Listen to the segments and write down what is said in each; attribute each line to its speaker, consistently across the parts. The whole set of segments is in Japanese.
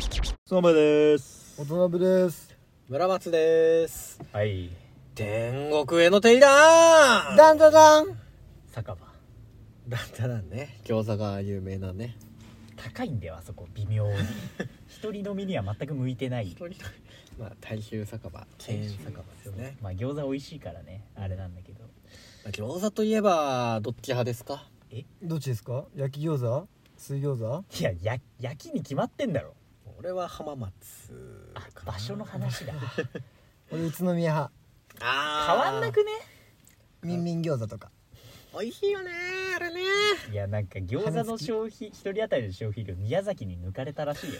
Speaker 1: スノーマイです。
Speaker 2: 渡辺です。
Speaker 3: 村松です
Speaker 1: はい。
Speaker 3: 天国への手入だー
Speaker 2: ダンダダン。
Speaker 1: 酒場。
Speaker 3: だったらね餃子が有名なね
Speaker 1: 高いんだよ、あそこ、微妙に。一人飲みには全く向いてない。
Speaker 3: まあ大衆酒場チェーン酒場ですね、
Speaker 1: まあ、餃子美味しいからね、あれなんだけど。
Speaker 3: まあ、餃子といえばどっち派ですか
Speaker 2: どっちですか？焼き餃子、水餃子？
Speaker 1: いや、や、焼きに決まってんだろ。
Speaker 3: 俺は浜松
Speaker 1: あ、場所の話だ。
Speaker 2: 俺宇都宮派。
Speaker 3: あ
Speaker 1: 変わんなくね。
Speaker 2: ミンミン餃子とか。
Speaker 3: 美味しいよねあれね
Speaker 1: いや、なんか餃子の消費、一人当たりの消費量、宮崎に抜かれたらしいよ。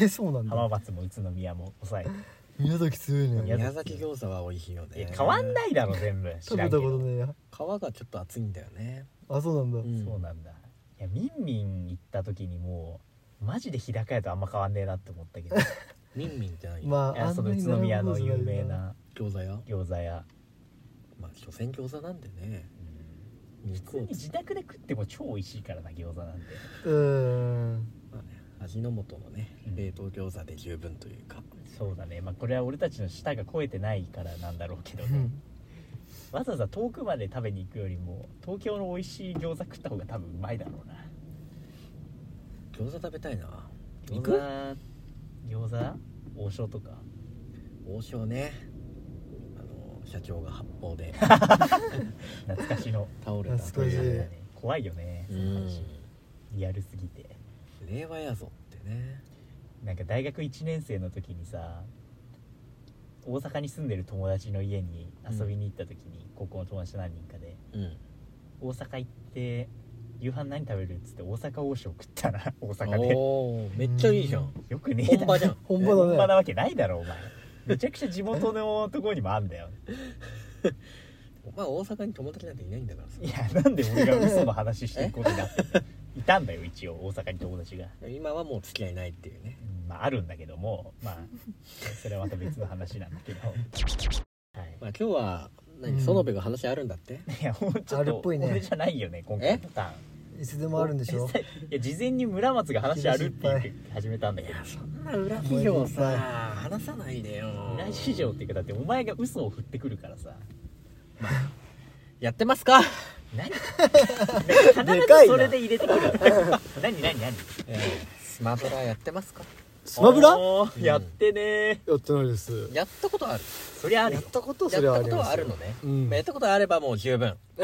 Speaker 2: え、そうなん
Speaker 1: 浜
Speaker 2: だ。
Speaker 1: 松も宇都宮も抑えて。
Speaker 2: 宮崎強いね。
Speaker 1: 宮
Speaker 3: 宮
Speaker 1: 崎
Speaker 3: 崎餃子は美味しいよ
Speaker 1: い
Speaker 3: ね
Speaker 1: や変わんないいだろ、全部。知
Speaker 2: 食べ
Speaker 1: ら
Speaker 2: た
Speaker 1: ん
Speaker 2: こ
Speaker 1: け
Speaker 2: と
Speaker 1: ど。
Speaker 2: ねえや。
Speaker 3: 皮がちょっと厚いんだよね、
Speaker 2: あ、そうなんだ。
Speaker 3: ん
Speaker 1: そうなんだいやみんみん行った時にもうマジで日高屋とあんま変わんねえなって思ったけどい
Speaker 3: ミンミンって何、
Speaker 2: まあ、
Speaker 1: やその宇都宮の有名。な
Speaker 3: 餃子屋
Speaker 1: 餃子屋
Speaker 3: まあ所詮餃子なんでね
Speaker 1: うん
Speaker 3: 肉を
Speaker 1: 自宅で食っても超美味しいからな餃子なんて
Speaker 2: うーん。
Speaker 3: まあね、味の素のね
Speaker 1: うん
Speaker 3: 冷凍餃子で十分というか、
Speaker 1: そうだねまあこれは俺たちの舌が超えてないからなんだろうけど
Speaker 2: う
Speaker 1: ね
Speaker 2: ん
Speaker 1: わざわざ遠くまで食べに行くよりも東京の美味しい餃子食った方が多分うまいだろうな
Speaker 3: 餃子食べたいな
Speaker 1: 餃
Speaker 3: 餃子
Speaker 1: 子餃子王将とか
Speaker 3: 王将ねあの社長が発砲で
Speaker 1: 懐かしの
Speaker 3: 倒れたと
Speaker 2: 懐かしい
Speaker 3: いう
Speaker 1: ね
Speaker 3: ね
Speaker 1: 怖いよね
Speaker 3: う
Speaker 1: その
Speaker 3: ん
Speaker 1: 話リアルすぎて
Speaker 3: 令和やぞってね
Speaker 1: なんか大学1年生の時にさ大阪に住んでる友達の家に遊びに行った時に、高校の友達何人かで
Speaker 3: うん
Speaker 1: 大阪行って夕飯何食べるっつって大阪王将食ったな大阪で
Speaker 3: おーめっちゃいいじゃん
Speaker 1: よくねえ
Speaker 3: 本場じゃん
Speaker 2: 本
Speaker 3: ね
Speaker 1: 本場
Speaker 2: 場だ
Speaker 1: な
Speaker 2: ね。
Speaker 1: わけないだろお前めちゃくちゃ地元のところにもあん だよ
Speaker 3: お前大阪に友達なんていないんだからさ
Speaker 1: いやなんで俺が嘘の話していくことになってんのいたんだよ一応大阪に友達が、
Speaker 3: 今はもう付き合いないっていうね
Speaker 1: うんまああるんだけどもまあそれはまた別の話なんだ けどはい
Speaker 3: まあ今日は
Speaker 2: う
Speaker 3: 何
Speaker 2: ん
Speaker 3: 園部が話あるんだって、
Speaker 1: いやもうちょ
Speaker 2: あ
Speaker 1: っ
Speaker 2: るっ
Speaker 1: と
Speaker 2: ぽいね
Speaker 1: 俺じゃないよね今回の
Speaker 3: え
Speaker 1: パターン
Speaker 2: いつでもあるんでしょ。
Speaker 1: いや事前に村松が話あるって言って始めたんだけど
Speaker 3: そんな裏企業さ話さないでよ
Speaker 1: 裏市場っていうかだってお前が嘘を振ってくるからさ
Speaker 3: やってますか
Speaker 1: 何必ずそれで入れてくる 何何何
Speaker 3: ええスマブラやってますか
Speaker 2: スマブラ？
Speaker 1: おーやってねー
Speaker 2: やってないです。
Speaker 3: やったことある
Speaker 1: そりゃある
Speaker 2: や
Speaker 1: よ
Speaker 2: ったこと
Speaker 3: や
Speaker 2: そ
Speaker 3: っ
Speaker 2: れは
Speaker 3: た
Speaker 2: あ
Speaker 3: こ
Speaker 2: り
Speaker 3: と
Speaker 2: ま
Speaker 3: は
Speaker 2: す。
Speaker 3: あるの。ね、
Speaker 2: うん
Speaker 3: まあやったことあればもう十分こ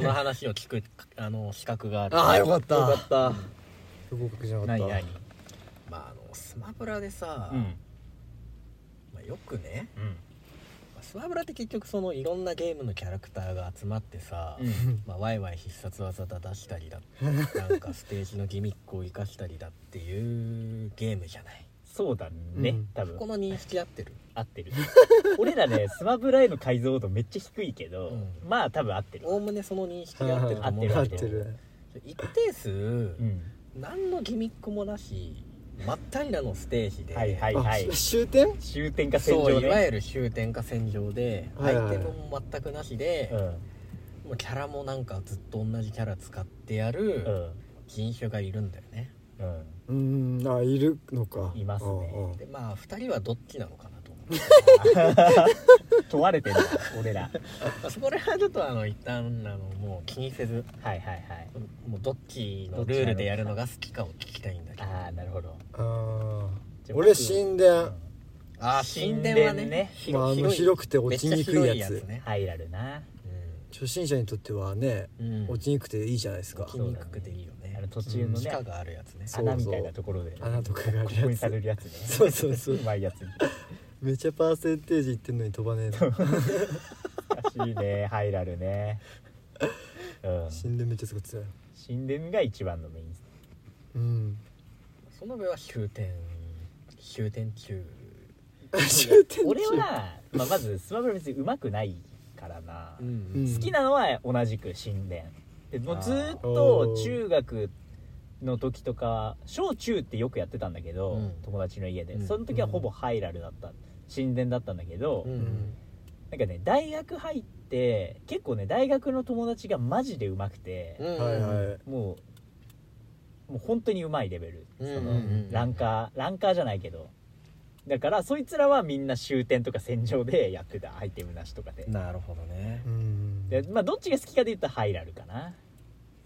Speaker 3: の話を聞くあの資格がある
Speaker 2: ああよかった
Speaker 3: よかった
Speaker 2: 合格じゃなかっ
Speaker 1: 何
Speaker 2: た。
Speaker 1: 何
Speaker 3: まああのスマブラでさ、
Speaker 1: うん
Speaker 3: まあ、よくね
Speaker 1: うん
Speaker 3: まあスマブラって結局そのいろんなゲームのキャラクターが集まってさ、
Speaker 1: うん
Speaker 3: まあ、ワイワイ必殺技だ出した りだなんかステージのギミックを生かしたりだっていうゲームじゃない
Speaker 1: そうだね、
Speaker 2: うん
Speaker 1: 多
Speaker 3: こ
Speaker 1: 分
Speaker 3: の認識合 ってる
Speaker 1: 合ってる俺らねスマブラへの解像度めっちゃ低いけど、
Speaker 3: うん
Speaker 1: まあ多分合ってる
Speaker 3: おおむねその認識合ってると思うん
Speaker 2: 合
Speaker 3: だ
Speaker 2: っ
Speaker 3: け
Speaker 2: て
Speaker 3: ど
Speaker 2: る。
Speaker 3: 一定数、
Speaker 1: うん
Speaker 3: 何のギミックもなし真っ平らのステージで、
Speaker 1: はいはい
Speaker 2: あ
Speaker 1: はい、
Speaker 2: 終点？
Speaker 1: 終点か戦
Speaker 3: そ
Speaker 1: 場
Speaker 3: うい
Speaker 1: ね
Speaker 3: わゆる終点か戦場で
Speaker 2: は
Speaker 3: ア
Speaker 2: い
Speaker 3: イ
Speaker 2: はい
Speaker 3: テムも全くなしで、
Speaker 1: う
Speaker 3: もうキャラもなんかずっと同じキャラ使ってや
Speaker 1: ん
Speaker 3: る人種がいるんだよね、
Speaker 1: うんうん
Speaker 2: うん、あ、いるのか。
Speaker 1: いますね
Speaker 2: うんうん
Speaker 3: でまあ2人はどっちなのかなと思って
Speaker 1: 問われてる俺ら
Speaker 3: まあそこら辺はちょっとあの一旦あのもう気にせず
Speaker 1: はいはいはい
Speaker 3: もうどっちのルールでやるのが好きかを聞きたいんだけど
Speaker 1: ああなるほど
Speaker 2: あ
Speaker 1: じ
Speaker 2: あ。
Speaker 1: ゃあ
Speaker 2: 俺
Speaker 1: 僕
Speaker 2: 神殿。
Speaker 3: ああ神殿
Speaker 1: 神
Speaker 3: はね
Speaker 1: 殿ね
Speaker 2: まあ、あの広くて落ちにくいやつ
Speaker 3: めっちゃ広ね、
Speaker 1: 入らるな
Speaker 2: 初心者にとってはね、
Speaker 3: うんうん、
Speaker 2: 落ちにくくていいじゃないですか
Speaker 3: 落ちにくくていいよね
Speaker 1: あの途中の
Speaker 3: 地
Speaker 1: ね
Speaker 3: 下があるやつね
Speaker 2: そうそう
Speaker 1: 穴みたいなところで
Speaker 2: 穴とかがあ
Speaker 1: ここ
Speaker 2: る
Speaker 1: に
Speaker 2: や
Speaker 1: され
Speaker 2: つ
Speaker 1: るやつね
Speaker 2: そうそうそう
Speaker 1: うまいやつ
Speaker 2: めっちゃパーセンテージいってんのに飛ばねえな
Speaker 1: 難しいね入らるねうん
Speaker 2: 死んでめっちゃ使ってたよ
Speaker 1: 神殿が一番のメイン
Speaker 2: うん
Speaker 3: その上は終点終点中
Speaker 2: 終点中
Speaker 1: 俺は、まあ、まずスマブラ別にうまくないからな、
Speaker 2: うん
Speaker 1: 好きなのは同じく神殿でもう
Speaker 3: あー
Speaker 1: ずーっと中学の時とか小中ってよくやってたんだけど、
Speaker 3: うん
Speaker 1: 友達の家で、
Speaker 3: うん
Speaker 1: その時はほぼハイラルだった神殿だったんだけど、
Speaker 3: うん
Speaker 2: ん
Speaker 1: なんかね大学入って結構ね大学の友達がマジでうまくて、
Speaker 3: うん
Speaker 2: はいはい
Speaker 1: もうもう本当にうまいレベル、
Speaker 3: うん
Speaker 1: そ
Speaker 3: うんう
Speaker 1: の
Speaker 3: ん
Speaker 1: ランカーランカーじゃないけどだからそいつらはみんな終点とか戦場でやってたアイテムなしとかで,、
Speaker 3: なるほどね
Speaker 2: うん
Speaker 1: でまあどっちが好きかで言ったらハイラルかな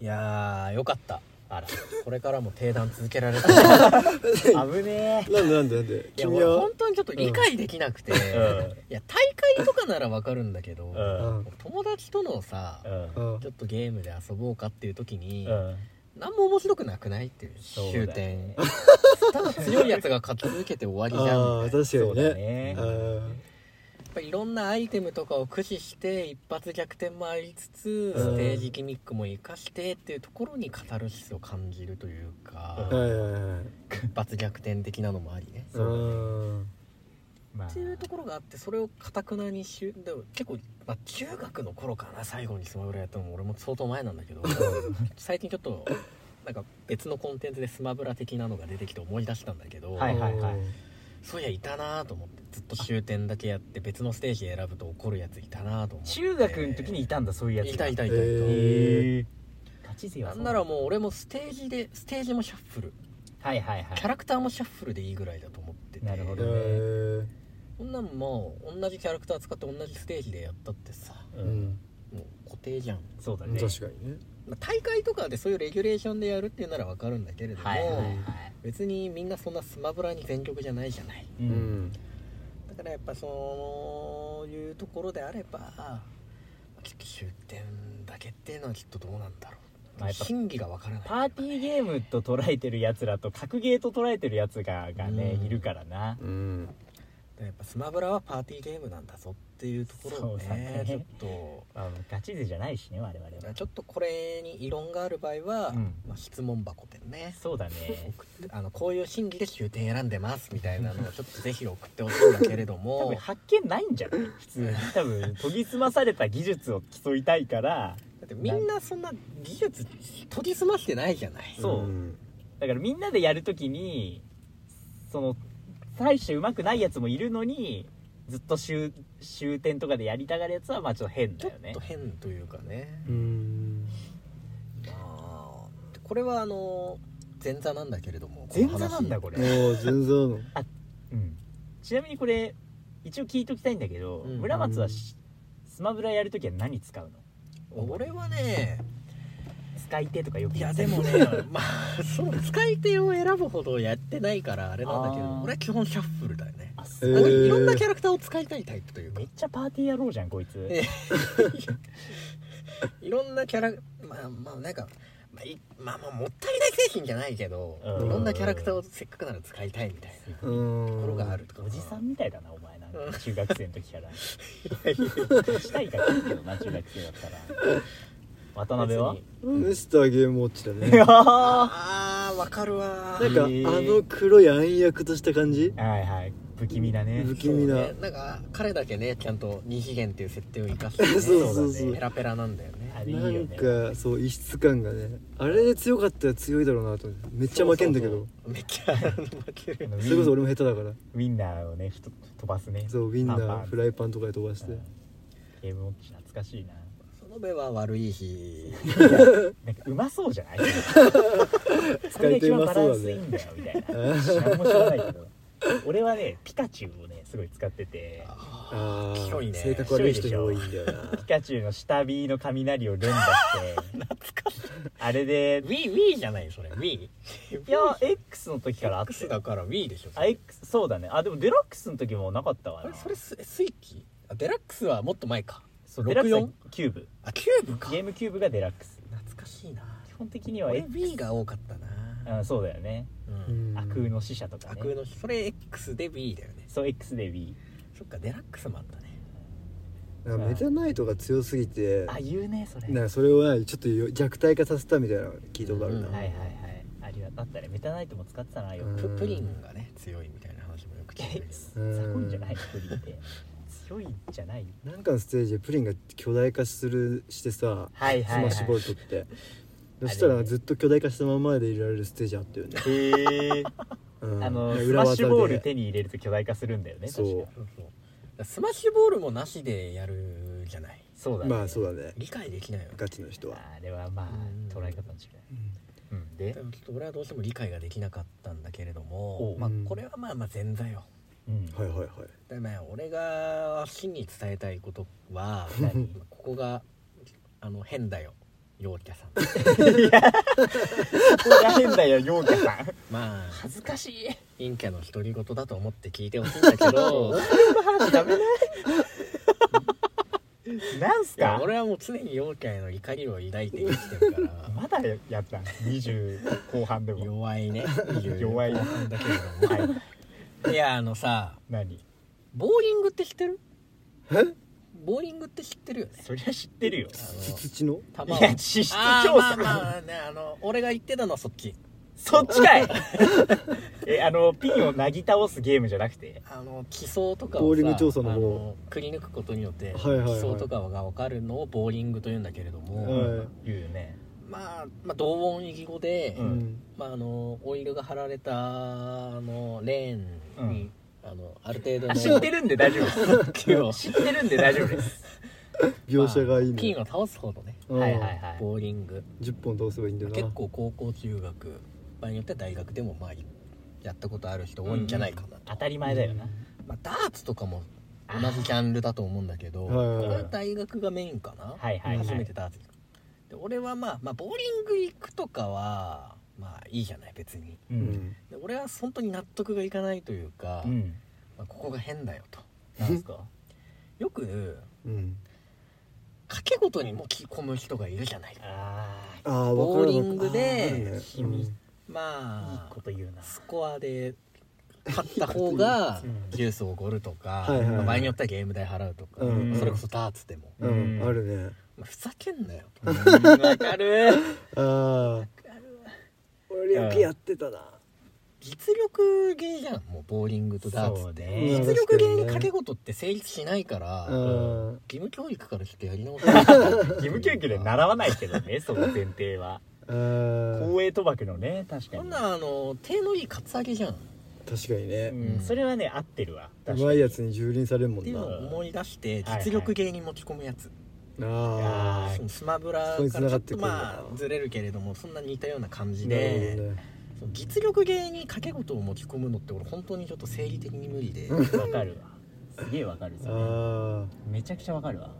Speaker 1: い
Speaker 3: やーよかった
Speaker 1: あら
Speaker 3: これからも定談続けら れた
Speaker 1: 危ね
Speaker 2: なんでなんでなんで
Speaker 3: いや
Speaker 2: 君
Speaker 3: 俺
Speaker 2: は
Speaker 3: 本当にちょっと理解できなくて、
Speaker 1: えうん
Speaker 3: いや大会とかならわかるんだけど、
Speaker 1: うん
Speaker 3: 友達とのさ、
Speaker 1: うん
Speaker 2: うん
Speaker 3: ちょっとゲームで遊ぼうかっていう時に、
Speaker 1: うん
Speaker 3: 何も面白くなくないっていう
Speaker 1: そうだ
Speaker 3: 終
Speaker 1: よ
Speaker 3: 点ただ強いやつが勝ち続けて終わりじゃん
Speaker 2: ああ
Speaker 3: みたいなやっ
Speaker 2: 確かにね
Speaker 1: そうだね
Speaker 3: ぱりいろんなアイテムとかを駆使して一発逆転もありつつ
Speaker 2: う
Speaker 3: ス
Speaker 2: ん
Speaker 3: テージギミックも生かしてっていうところにカタルシスを感じるというか、
Speaker 2: あーはいはいはい
Speaker 3: 一発逆転的なのもありね
Speaker 1: そうだね
Speaker 2: うん
Speaker 1: まあ
Speaker 3: っていうところがあってそれをかたくなにしゅでも結構、まあ、中学の頃かな最後にスマブラやったのも俺も相当前なんだけど最近ちょっとなんか別のコンテンツでスマブラ的なのが出てきて思い出したんだけど、
Speaker 1: はいはいはい
Speaker 3: そういやいたなと思ってずっと終点だけやって別のステージ選ぶと怒るやついたなと思って
Speaker 1: 中学の時にいたんだそういうやつ
Speaker 3: いたいたいたいた、
Speaker 2: へー
Speaker 1: へえガチ勢は
Speaker 3: な
Speaker 1: そうん
Speaker 3: ならもう俺もステージでステージもシャッフル
Speaker 1: はいはいはい
Speaker 3: キャラクターもシャッフルでいいぐらいだと思ってて
Speaker 1: なるほ
Speaker 2: え
Speaker 1: ど
Speaker 2: ー
Speaker 3: こんなんもう同じキャラクター使って同じステージでやったってさ
Speaker 1: う
Speaker 2: うんん
Speaker 3: もう固定じゃん、
Speaker 1: そうだ
Speaker 2: 確
Speaker 1: ね
Speaker 2: か
Speaker 1: か
Speaker 2: にね
Speaker 3: まあ大会とかでそういうレギュレーションでやるっていうならわかるんだけれども、
Speaker 1: はいはいはい
Speaker 3: 別にみんなそんなスマブラに全力じゃないじゃないう
Speaker 2: うんん
Speaker 3: だからやっぱそういうところであればまあちょっと終点だけっていうのはきっとどうなんだろう、
Speaker 1: まあやっぱ
Speaker 3: 真偽がわからない
Speaker 1: パーティーゲームと捉えてるやつらと格ゲーと捉えてるやつががね
Speaker 3: うん
Speaker 1: いるからな
Speaker 2: うん
Speaker 3: やっぱスマブラはパーティーゲームなんだぞっていうところを
Speaker 1: そうだね
Speaker 3: ねちょっと
Speaker 1: まあガチ勢じゃないしね我々は
Speaker 3: ちょっとこれに異論がある場合は、
Speaker 1: うん
Speaker 3: まあ、質問箱でね
Speaker 1: そうだね
Speaker 3: 送ってあのこういう心理で終点選んでますみたいなのをちょっとぜひ送ってほしいんだけれど
Speaker 1: 多
Speaker 3: も
Speaker 1: 分発見ないんじゃない普通に多分研ぎ澄まされた技術を競いたいから
Speaker 3: だってみんなそんな技術研ぎ澄ましてないじゃない
Speaker 1: そうんだからみんなでやるときにその大して上手くないやつもいるのにずっと終終点とかでやりたがるやつはまあちょっと変
Speaker 3: ち
Speaker 1: だ
Speaker 3: ょっ
Speaker 1: よね
Speaker 3: と変というかね、
Speaker 2: うん
Speaker 3: まあこれはあの前座なんだけれども
Speaker 1: 前座なんだこれ、
Speaker 2: もう全然あるの
Speaker 1: うん、ちなみにこれ一応聞いときたいんだけど、
Speaker 3: うん
Speaker 1: 村松はしスマブラやるときは何使うの
Speaker 3: この話俺はね
Speaker 1: 使い手とかよく
Speaker 3: い
Speaker 1: 言
Speaker 3: や
Speaker 1: う
Speaker 3: でもねまあその使い手を選ぶほどやってないからあれなんだけど
Speaker 1: あー
Speaker 3: 俺は基本シャッフルだよね
Speaker 1: あ
Speaker 2: へ
Speaker 1: す
Speaker 3: あ
Speaker 1: ご
Speaker 3: の
Speaker 1: い、
Speaker 2: ー
Speaker 3: いろんなキャラクターを使いたいタイプというか
Speaker 1: めっちゃパーティーやろうじゃんこいつ、
Speaker 3: えいろんなキャラまあまあなんか、まあ、いまあまあもったいない精神じゃないけど
Speaker 1: うん
Speaker 3: いろんなキャラクターをせっかくなら使いたいみたいな
Speaker 2: うん
Speaker 3: ところがあるとか
Speaker 1: おじさんみたいだなお前なん
Speaker 3: うん
Speaker 1: か中学生の時から したいからいいけどな中学生だったら渡辺は
Speaker 3: 別に
Speaker 2: ミスターゲームウォッチだ
Speaker 1: いや
Speaker 2: ね
Speaker 1: ーは
Speaker 3: あーわかるわ
Speaker 2: なんかあ
Speaker 1: へー
Speaker 2: の黒い暗躍とした感じ
Speaker 1: いはい不気味だね
Speaker 2: 不気味な
Speaker 3: そうねなんか彼だけねちゃんと二次元っていう設定を生かして、ね、
Speaker 2: そう
Speaker 1: そうそう
Speaker 3: ペラペラなんだよね
Speaker 1: あれいい
Speaker 2: な
Speaker 1: よ
Speaker 2: ん
Speaker 1: ね
Speaker 2: かそう異質感がねあれで強かったら強いだろうなと思ってめっちゃ負けんだけど
Speaker 3: めっちゃ負け
Speaker 1: あ
Speaker 3: る
Speaker 1: のウ
Speaker 2: それこそ
Speaker 1: ィン
Speaker 2: 俺も下手だから
Speaker 1: ウィンナーをねふと飛ばすね
Speaker 2: そうウィンナーフ
Speaker 1: イ
Speaker 2: ライパンとかで飛ばして
Speaker 1: ゲームウォッチ懐かしいな
Speaker 3: 園部は悪い日
Speaker 1: なんかうまそう じゃないそ
Speaker 2: 使
Speaker 1: れが
Speaker 2: い手
Speaker 1: 一
Speaker 2: う
Speaker 1: 番
Speaker 2: ま
Speaker 1: バ
Speaker 2: そ
Speaker 1: ラン
Speaker 2: うだ
Speaker 1: スいい
Speaker 2: ね
Speaker 1: んだよみたいな知らんも知らないけど俺はねピカチュウをねすごい使ってて
Speaker 2: あ
Speaker 3: きょい
Speaker 2: ー
Speaker 3: ね
Speaker 2: 性格悪い人に多いんだよな
Speaker 1: ピカチュウの下火の雷を連打し てあれで
Speaker 3: Wii Wii じゃないそれ Wii
Speaker 1: いや X の時からあったよ
Speaker 3: X だから Wii でしょそ
Speaker 1: あ
Speaker 3: れ
Speaker 1: X そうだねあでもデラックスの時もなかったわ
Speaker 3: あれ
Speaker 1: な
Speaker 3: それススイッチあデラックスはもっと前か
Speaker 1: そうデラックスは
Speaker 3: 64?
Speaker 1: キューブ
Speaker 3: あキューブか
Speaker 1: ゲームキューブがデラックス
Speaker 3: 懐かしいな
Speaker 1: 基本的には
Speaker 3: 俺
Speaker 1: X
Speaker 3: Wii が多かったな
Speaker 1: あそうだよね
Speaker 3: う
Speaker 2: うんん
Speaker 1: 悪空の死者とか
Speaker 3: 架
Speaker 1: ね
Speaker 3: 空のそれ X で Wii だよね
Speaker 1: そう X で B
Speaker 3: そっかデラックスもあったね
Speaker 2: なんかメタナイトが強すぎて
Speaker 1: あ言うねそれ
Speaker 2: なんかそれをなちょっとよ弱体化させたみたいなの聞いたことあるな、
Speaker 3: うん
Speaker 1: はいはいはいありがあったねメタナイトも使ってたなよ
Speaker 2: うん
Speaker 1: く
Speaker 3: ププリンがね強いみたいな話もよく聞いてるけど
Speaker 1: ザコいんじゃないプリンって強いんじゃない
Speaker 2: なんかのステージでプリンが巨大化するしてさ、
Speaker 1: はいはいはい
Speaker 2: スマッシュボルトってそしたらずっと巨大化したままでいられるステージあったよね、
Speaker 1: へえ
Speaker 2: うん
Speaker 1: あのス
Speaker 2: 裏
Speaker 1: マ
Speaker 2: 技
Speaker 1: ッ
Speaker 2: で
Speaker 1: シュボール手に入れると巨大化するんだよね
Speaker 2: そう
Speaker 1: 確か
Speaker 3: そうそうだからスマッシュボールもなしでやるじゃない
Speaker 1: そうだね
Speaker 2: まあそうだね
Speaker 3: 理解できないよね
Speaker 2: ガチの人は
Speaker 1: あれはま
Speaker 3: うん
Speaker 1: あ捉え方の違いうんで
Speaker 3: でもちょっと俺はどうしても理解ができなかったんだけれど
Speaker 1: お
Speaker 3: も
Speaker 1: う、
Speaker 3: まあ
Speaker 2: うん、
Speaker 3: これはまあまあ前座よ
Speaker 1: うん
Speaker 2: はいはいはい
Speaker 3: でね俺が真に伝えたいことはここがあの変だよ陽キャさん
Speaker 1: ここが変だよ陽キャさん
Speaker 3: まあ
Speaker 1: 恥ずかしい
Speaker 3: 陰キャの独り言だと思って聞いてほしいんだけど
Speaker 1: ダメないなんす
Speaker 3: いや
Speaker 1: か
Speaker 3: 俺はもう常に陽キャへの怒りを抱いて生きてるから
Speaker 1: まだやった20後半でも
Speaker 3: 弱いね
Speaker 1: 弱い
Speaker 3: だけれども
Speaker 1: はい
Speaker 3: いやあのさ
Speaker 1: 何
Speaker 3: ボーリングって知ってる
Speaker 2: え
Speaker 3: ボーリングって知ってるよね
Speaker 1: そりゃ知ってるよ
Speaker 3: あ
Speaker 2: 土の
Speaker 3: の
Speaker 1: い
Speaker 3: 球を
Speaker 1: や地質調
Speaker 3: あーま
Speaker 1: 査
Speaker 3: あまあねあの俺が言ってたのはそっち
Speaker 1: そっちかいえあのピンをなぎ倒すゲームじゃなくて
Speaker 3: あの基礎とかをさ
Speaker 2: ボーリング調査の
Speaker 3: あ
Speaker 2: 方
Speaker 3: のくり抜くことによって基
Speaker 2: はいはいはい
Speaker 3: 礎とかが分かるのをボーリングというんだけれども、
Speaker 2: はい
Speaker 1: 言うよね
Speaker 3: まあ、まあ同音異義語で、
Speaker 1: う
Speaker 2: うんん
Speaker 3: まあ、あのオイルが貼られたあのレーンに、あのある程度の
Speaker 1: あ知ってるんで大丈夫です
Speaker 3: 球を
Speaker 1: 知ってるんで大丈夫です
Speaker 2: 描写がいい
Speaker 3: まあピン
Speaker 2: ね
Speaker 3: を倒す方のね
Speaker 2: うん
Speaker 1: はいはいはい
Speaker 3: ボーリング、
Speaker 2: 10本倒せばいいんだよな
Speaker 3: 結構高校中学場合によっては大学でもまあやったことある人多いんじゃないかなと、
Speaker 1: 当たり前だよな
Speaker 3: まあ、ダーツとかも同じジャンルだと思うんだけど、
Speaker 2: はいはい
Speaker 3: こ
Speaker 2: は
Speaker 3: れ
Speaker 2: い
Speaker 3: は大学がメインかな、
Speaker 1: はいはいはい
Speaker 3: 初めてダーツ行くで俺はまあ、まあ、ボーリング行くとかはまあいいじゃない別に
Speaker 1: う
Speaker 2: うんん
Speaker 3: で俺は本当に納得がいかないというか、
Speaker 1: うん
Speaker 3: まあ、ここが変だよと
Speaker 1: なんすか
Speaker 3: よく
Speaker 2: うん
Speaker 3: 賭け事にもき込む人がいるじゃない
Speaker 1: あ
Speaker 2: ああ分か
Speaker 3: ボー
Speaker 2: る
Speaker 3: リングで
Speaker 1: 君あいい
Speaker 3: まあ
Speaker 1: こと言うな
Speaker 3: スコアで勝った方が
Speaker 1: うん
Speaker 3: ジュースをおごるとか、
Speaker 2: はいはいはい
Speaker 3: まあ場合によってはゲーム代払うとか、
Speaker 2: うん
Speaker 1: うん
Speaker 3: それこそダーツでも、
Speaker 2: あるねうんあるね
Speaker 3: まあ、ふざけんなよと
Speaker 1: うんわかる
Speaker 2: ああ俺よくやってたな
Speaker 3: 実力芸じゃんもうボーリングとダーツって、
Speaker 1: そうね
Speaker 3: 実力芸に賭け事って成立しないから、
Speaker 2: うん
Speaker 3: 義務教育からちょっとやり直し
Speaker 1: 義務教育で習わないけどねその前提は
Speaker 2: あー
Speaker 1: 公営賭博のね確か
Speaker 3: こん
Speaker 1: に
Speaker 3: なんあの手のいいカツアゲじゃんっ
Speaker 2: 確かに
Speaker 1: う
Speaker 2: ね
Speaker 1: んそれはね合ってるわ確
Speaker 2: う
Speaker 1: かに
Speaker 2: まいやつに蹂躙されるも
Speaker 3: て
Speaker 2: ん
Speaker 3: いうのを
Speaker 2: な
Speaker 3: 思い出して
Speaker 1: はいはい
Speaker 3: 実力芸に持ち込むやつ、
Speaker 2: あ
Speaker 1: はい
Speaker 3: そのスマブラ
Speaker 2: そこ
Speaker 3: か
Speaker 2: に
Speaker 3: ら
Speaker 2: 繋
Speaker 3: ち
Speaker 2: が
Speaker 3: ょ
Speaker 2: っ
Speaker 3: って
Speaker 2: く
Speaker 3: と
Speaker 2: るんだ
Speaker 3: まあずれるけれどもそんな似たような感
Speaker 2: あ
Speaker 3: じ
Speaker 2: なる
Speaker 3: で、
Speaker 2: ほどね
Speaker 3: その実力芸に賭け事を持ち込むのって俺本当にちょっと生理的に無理で
Speaker 1: わかるわすげえわかるそれ
Speaker 2: あ
Speaker 1: めちゃくちゃわかるわ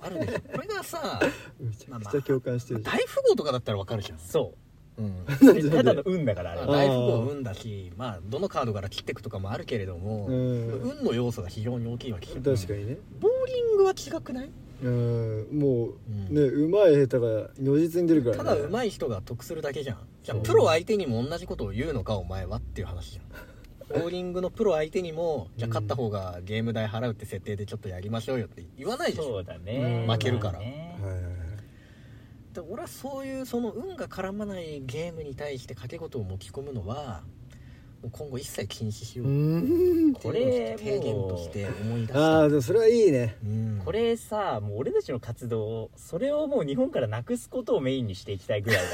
Speaker 3: あるでしょこれがさ
Speaker 2: あめちゃくちゃ共感してるじゃん
Speaker 3: 大富豪とかだったらわかるじゃん、
Speaker 1: そ
Speaker 3: うん、
Speaker 1: うただの運だからあれ
Speaker 3: ま
Speaker 1: は
Speaker 3: あ大富豪運だしまあどのカードから切っていくとかもあるけれども、
Speaker 2: うん
Speaker 3: 運の要素が非常に大きいわけじゃん
Speaker 2: 確かにね
Speaker 3: ボーリングは違くない、
Speaker 2: うんもう
Speaker 3: うん
Speaker 2: ねうまい下手が如実に出るからね
Speaker 3: ただ上手い人が得するだけじゃんじゃあ
Speaker 2: そう
Speaker 3: プロ相手にも同じことを言うのかお前はっていう話 じゃんボーリングのプロ相手にもじゃあ勝った方がゲーム代払うって設定でちょっとやりましょうよって言わないでし
Speaker 1: そ
Speaker 3: ょ
Speaker 1: うだね
Speaker 2: うん負ける
Speaker 3: から
Speaker 1: ね
Speaker 2: はいはいはい
Speaker 3: で俺はそういうその運が絡まないゲームに対して賭け事を持ち込むのはもう今後一切禁止しよう
Speaker 2: うん
Speaker 3: これを提言として思い出し
Speaker 2: あ
Speaker 3: た
Speaker 2: あでもそれはいいね
Speaker 3: うん
Speaker 1: これさもう俺たちの活動をそれをもう日本からなくすことをメインにしていきたいぐらい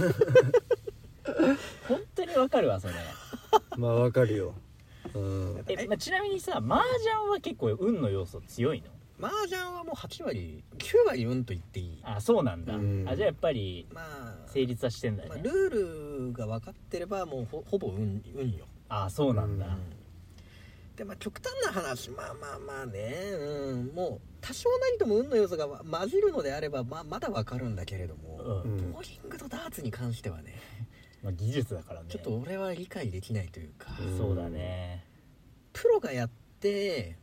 Speaker 1: だわ 本当にわかるわそれ
Speaker 2: まあわかるようん
Speaker 1: え、まあ、ちなみにさ麻雀は結構運の要素強いの
Speaker 3: 麻雀はもう8割9割運と言っていい
Speaker 1: あそうなんだ、
Speaker 2: うん
Speaker 1: あじゃあやっぱり
Speaker 3: まあ
Speaker 1: 成立はしてんだよ
Speaker 3: まあ
Speaker 1: ね、
Speaker 3: ルールが分かってればもうほほぼ運運よ、
Speaker 1: あそうなんだ、
Speaker 2: うん
Speaker 3: でまあ極端な話まあまあまあね、うん、もう多少なりとも運の要素がわ混じるのであれば、まあ、まだ分かるんだけれど
Speaker 1: う
Speaker 3: も、
Speaker 1: ん
Speaker 2: うん
Speaker 3: ボーリングとダーツに関してはね
Speaker 1: まあ、技術だからね
Speaker 3: ちょっと俺は理解できないというか、
Speaker 2: うん
Speaker 1: そうだね
Speaker 3: プロがやって、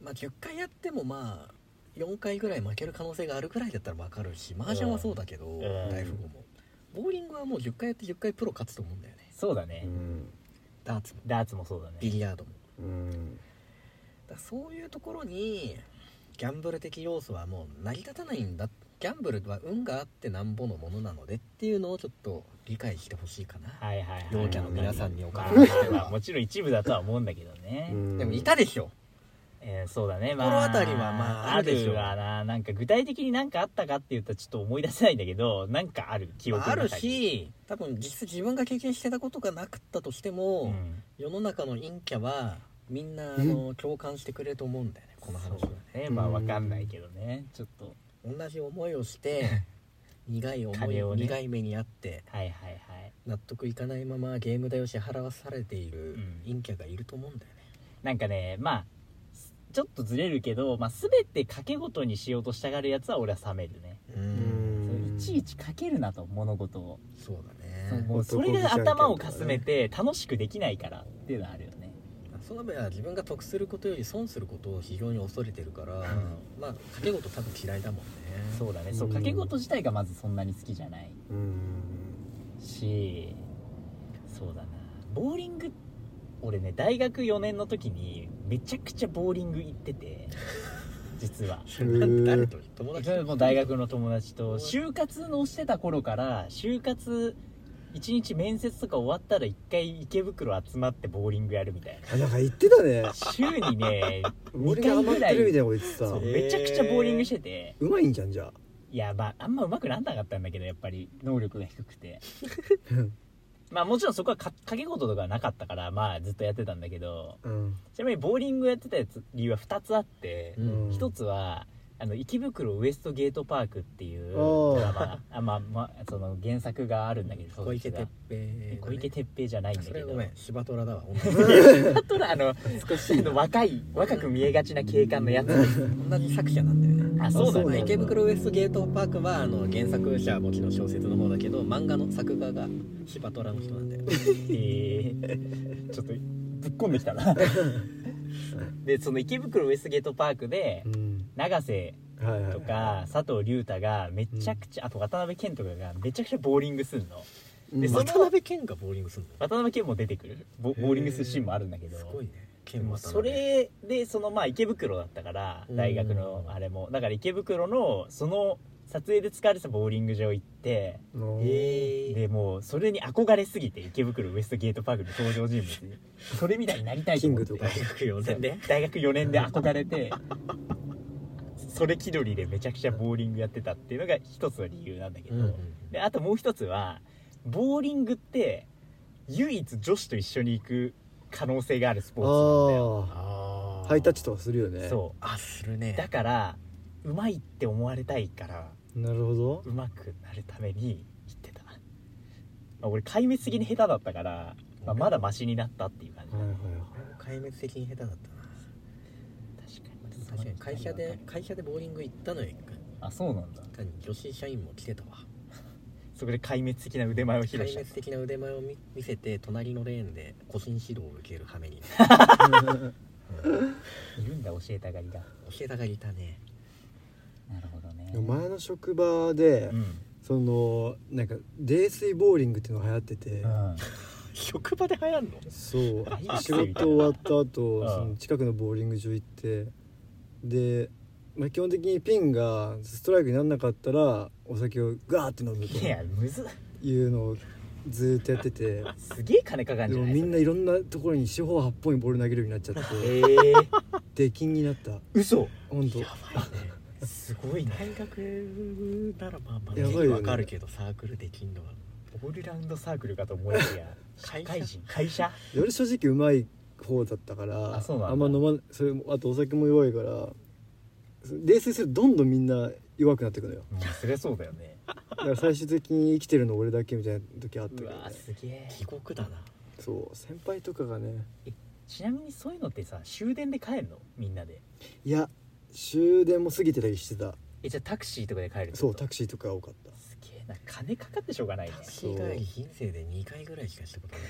Speaker 3: まあ、10回やってもまあ4回ぐらい負ける可能性があるぐらいだったら分かるし麻雀はそうだけど、
Speaker 1: ん
Speaker 3: 大富豪もボーリングはもう10回やって10回プロ勝つと思うんだよね
Speaker 1: そうだね、
Speaker 2: うん
Speaker 3: ダーツも
Speaker 1: ダーツもそうだ
Speaker 3: ビ
Speaker 1: ね
Speaker 3: リヤードも
Speaker 2: うん
Speaker 3: だからそういうところにギャンブル的要素はもう成り立たないんだギャンブルは運があってなんぼのものなのでっていうのをちょっと理解してほしいかな、
Speaker 1: はいはいはい
Speaker 3: 陽キャの皆さんにお
Speaker 1: まあ
Speaker 3: 金をし
Speaker 1: ま
Speaker 3: て
Speaker 1: あまあ
Speaker 3: は
Speaker 1: もちろん一部だとは思うんだけどね、
Speaker 2: うん
Speaker 3: でもいたでしょ
Speaker 1: えーそうだね
Speaker 3: 心当たりはまああ
Speaker 1: あ
Speaker 3: るでしょ
Speaker 1: るわななんか具体的になんかあったかって言ったらちょっと思い出せないんだけどなんかある記憶
Speaker 3: まああ
Speaker 1: の中に
Speaker 3: るし多分実質自分が経験してたことがなかったとしても、
Speaker 1: うん
Speaker 3: 世の中の陰キャはみんなあの共感してくれると思うんだよねこの話は
Speaker 1: そうだねまあわかんないけどねちょっと
Speaker 3: 同じ思いをして 苦い思い
Speaker 1: 金をね
Speaker 3: 苦い目にあって
Speaker 1: はいはいはい
Speaker 3: 納得いかないままゲーム代を支払わされている
Speaker 1: うん
Speaker 3: 陰キャがいると思うんだよね、
Speaker 1: なんかねまあちょっとずれるけど、まあ、全て賭け事にしようとしたがるやつは俺は冷めるね、
Speaker 3: う
Speaker 2: うん
Speaker 1: そうい
Speaker 2: ん
Speaker 1: ちいち賭けるなと物事を、
Speaker 3: そうだ
Speaker 1: そう
Speaker 3: ね
Speaker 1: もうそれ
Speaker 2: 男気じ
Speaker 1: が
Speaker 2: ゃんけんとかね
Speaker 1: 頭をかすめて楽しくできないからっていうのはあるよね
Speaker 3: 園部は自分が得することより損することを非常に恐れてるからまあ賭け事多分嫌いだもんね
Speaker 1: そうだねそう
Speaker 2: うん
Speaker 1: 賭け事自体がまずそんなに好きじゃない
Speaker 2: うん
Speaker 1: しそうだなボーリング俺ね大学4年の時にめちゃくちゃボーリング行って て実は
Speaker 3: それ なん誰と友達
Speaker 1: それ
Speaker 3: と
Speaker 1: もう大学の友達と就活をしてた頃から就活1日面接とか終わったら1回池袋集まってボーリングやるみたい
Speaker 2: あなんか言ってたね
Speaker 1: な週に ね
Speaker 2: 俺が
Speaker 1: 二回
Speaker 2: 余
Speaker 1: ぐ
Speaker 2: っ
Speaker 1: らい
Speaker 2: てるみたいなこと言って
Speaker 1: そ
Speaker 2: た
Speaker 1: うめちゃくちゃボーリングしてて
Speaker 2: うまいんじゃんじゃあ
Speaker 1: いやまああんま上手くなんなかったんだけどやっぱり能力が低くてまあもちろんそこはか掛け事とかはなかったからまあずっとやってたんだけど
Speaker 2: うん
Speaker 1: ちなみにボーリングやってたやつ理由は2つあって、
Speaker 3: うん
Speaker 1: 一つはあの池袋ウエストゲートパークっていうド
Speaker 2: おー
Speaker 1: ラマあまあ、まあ、その原作があるんだけど
Speaker 3: 小池
Speaker 1: そ
Speaker 3: 徹
Speaker 1: っ
Speaker 3: 平
Speaker 1: ち
Speaker 3: だね
Speaker 1: が小池徹平じゃないんだ
Speaker 3: そ
Speaker 1: け
Speaker 3: れ
Speaker 1: ど
Speaker 3: ごめん芝虎だわ同じ
Speaker 1: あとはあの
Speaker 2: 懐かし
Speaker 1: あの若い若く見えがちな警官のやつ
Speaker 3: 同じ作者なんだよね
Speaker 1: あそうだ
Speaker 2: そう
Speaker 1: ね
Speaker 2: だ
Speaker 3: 池袋ウエストゲートパークはあの原作者はもちろん小説の方だけど漫画の作画が芝虎の人なんだよね
Speaker 1: えーちょっとぶっ込んできた なでその池袋ウエストゲートパークで
Speaker 2: うん
Speaker 1: 永瀬
Speaker 2: はいはい
Speaker 1: とか佐藤隆太がめちゃくちゃ、あと渡辺謙とかがめちゃくちゃボーリングするのでその
Speaker 3: 渡辺謙がボーリングするの
Speaker 1: 渡辺謙も出てくるボボーリングするシーンもあるんだけど
Speaker 3: すごいね
Speaker 1: で
Speaker 3: 謙
Speaker 1: も
Speaker 3: は
Speaker 1: それでそのまあ池袋だったから大学の
Speaker 3: うん
Speaker 1: あれもだから池袋のその撮影で使われてたボーリング場行って
Speaker 2: の
Speaker 1: でもうそれに憧れすぎて池袋ウエストゲートパークの登場人物 にそれみたいになりたいと思って
Speaker 2: キングとか
Speaker 3: 大学4年で
Speaker 1: 大学4年で憧れてそれ気取りでめちゃくちゃボーリングやってたっていうのが一つの理由なんだけど、であともう一つはボーリングって唯一女子と一緒に行く可能性があるスポーツなんだよ
Speaker 2: あ
Speaker 3: あ
Speaker 2: あ
Speaker 3: あ
Speaker 2: ハイタッチとかするよね
Speaker 1: そ
Speaker 3: あするね
Speaker 1: うだからうまいって思われたいから
Speaker 2: うなるほど
Speaker 1: うまくなるために行ってた、まあ、俺壊滅的に下手だったから、まあ、まだマシになったっていう感じ
Speaker 2: はい
Speaker 1: だ
Speaker 2: は
Speaker 1: ね、
Speaker 3: 壊
Speaker 2: い
Speaker 3: 滅的に下手だったな
Speaker 1: 確かに
Speaker 3: 確かに会社で会社でボーリング行ったのよ一回
Speaker 1: あそうなんだ
Speaker 3: 確かに女子社員も来てたわ
Speaker 1: そこで壊滅的な腕前を披
Speaker 3: 壊
Speaker 1: 露した
Speaker 3: 滅的な腕前を見見せて隣のレーンで個人指導を受ける羽目に、
Speaker 2: はい
Speaker 3: うん
Speaker 1: いるんだ教えたがりが
Speaker 3: 教えたがりいたね
Speaker 1: なるほどね
Speaker 2: でも 前の職場で
Speaker 1: うん、
Speaker 2: そのなんか泥酔ボーリングっていうのが流行ってて
Speaker 1: うん、
Speaker 3: 職場で流行んの
Speaker 2: そう
Speaker 1: 大学生
Speaker 2: 仕事終わった後
Speaker 1: うん
Speaker 2: その近くのボーリング場行ってで、まあ、基本的にピンがストライクにならなかったらお酒をガーって飲む
Speaker 1: いや
Speaker 2: と
Speaker 1: むず
Speaker 2: いうのをずーっとやって て
Speaker 1: すげえ金かかん
Speaker 2: で
Speaker 1: じゃ
Speaker 2: も
Speaker 1: ない
Speaker 2: みんな
Speaker 1: そ
Speaker 2: いろんなところに四方八方にボール投げるようになっちゃっ
Speaker 1: れ
Speaker 2: て
Speaker 1: えー、
Speaker 2: 出禁になった
Speaker 1: 嘘
Speaker 2: 本
Speaker 3: ば
Speaker 2: 当
Speaker 3: いね
Speaker 1: すごいな
Speaker 3: 大学ならまあまあ
Speaker 2: やばいよね
Speaker 3: わかるけどサークルできんのは
Speaker 1: オールラウンドサークルかと思いきや社会人会社
Speaker 2: 俺正直うまい方だったから
Speaker 1: あそうなんだ
Speaker 2: んま飲まそれもあとお酒も弱いから冷静するとどんどんみんな弱くなってくのよ
Speaker 1: もうそりゃそうだよね
Speaker 2: だから最終的に生きてるの俺だけみたいな時あったけ
Speaker 1: う
Speaker 2: ど、ね
Speaker 1: わ、すげえ
Speaker 3: 地獄だな
Speaker 2: そう先輩とかがね
Speaker 1: ちなみにそういうのってさ終電で帰るのみんなで
Speaker 2: いや終電も過ぎてたりしてた
Speaker 1: えじゃあタクシーとかで帰るってこと
Speaker 2: そうタクシーとか多かった
Speaker 1: すげえな金かかってしょうがないね
Speaker 3: タクシー帰り人生で2回ぐらいしかしたことない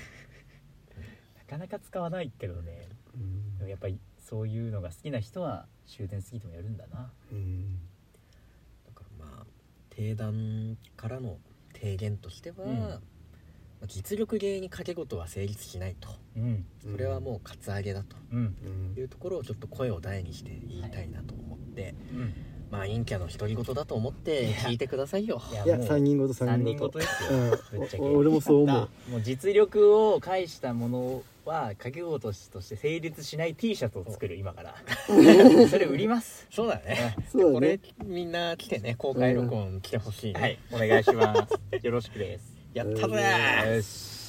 Speaker 1: なかなか使わないけどね
Speaker 2: うん
Speaker 1: でもやっぱりそういうのが好きな人は終電過ぎてもやるんだな
Speaker 2: うん
Speaker 3: だからまあ定談からの提言としては、
Speaker 1: うん
Speaker 3: まあ実力芸に掛け事は成立しないと
Speaker 1: うん
Speaker 3: それはもうカツアゲだと
Speaker 1: うん
Speaker 2: うん
Speaker 3: いうところをちょっと声を大にして言いたいなと思って、
Speaker 1: うん
Speaker 3: まあ陰キャの独り言だと思って聞いてくださいよ
Speaker 1: いや
Speaker 2: いや
Speaker 1: もう
Speaker 2: 三人ごと
Speaker 1: 三
Speaker 2: 三
Speaker 1: 人
Speaker 2: 人
Speaker 1: ご
Speaker 2: ご
Speaker 1: とで
Speaker 2: と
Speaker 1: すよ
Speaker 2: うん
Speaker 1: ぶっちゃけ
Speaker 2: お俺もそう思 う
Speaker 1: もう実力を介したものは掛け事として成立しない T シャツを作る今から それ売ります
Speaker 3: そうだね
Speaker 2: そう
Speaker 3: こ
Speaker 2: だ
Speaker 3: れ
Speaker 2: ね
Speaker 3: みんな来てね公開録音来てほしいね、
Speaker 1: はいお願いしますよろしくです
Speaker 3: やったぜ
Speaker 2: う
Speaker 3: ー
Speaker 1: よし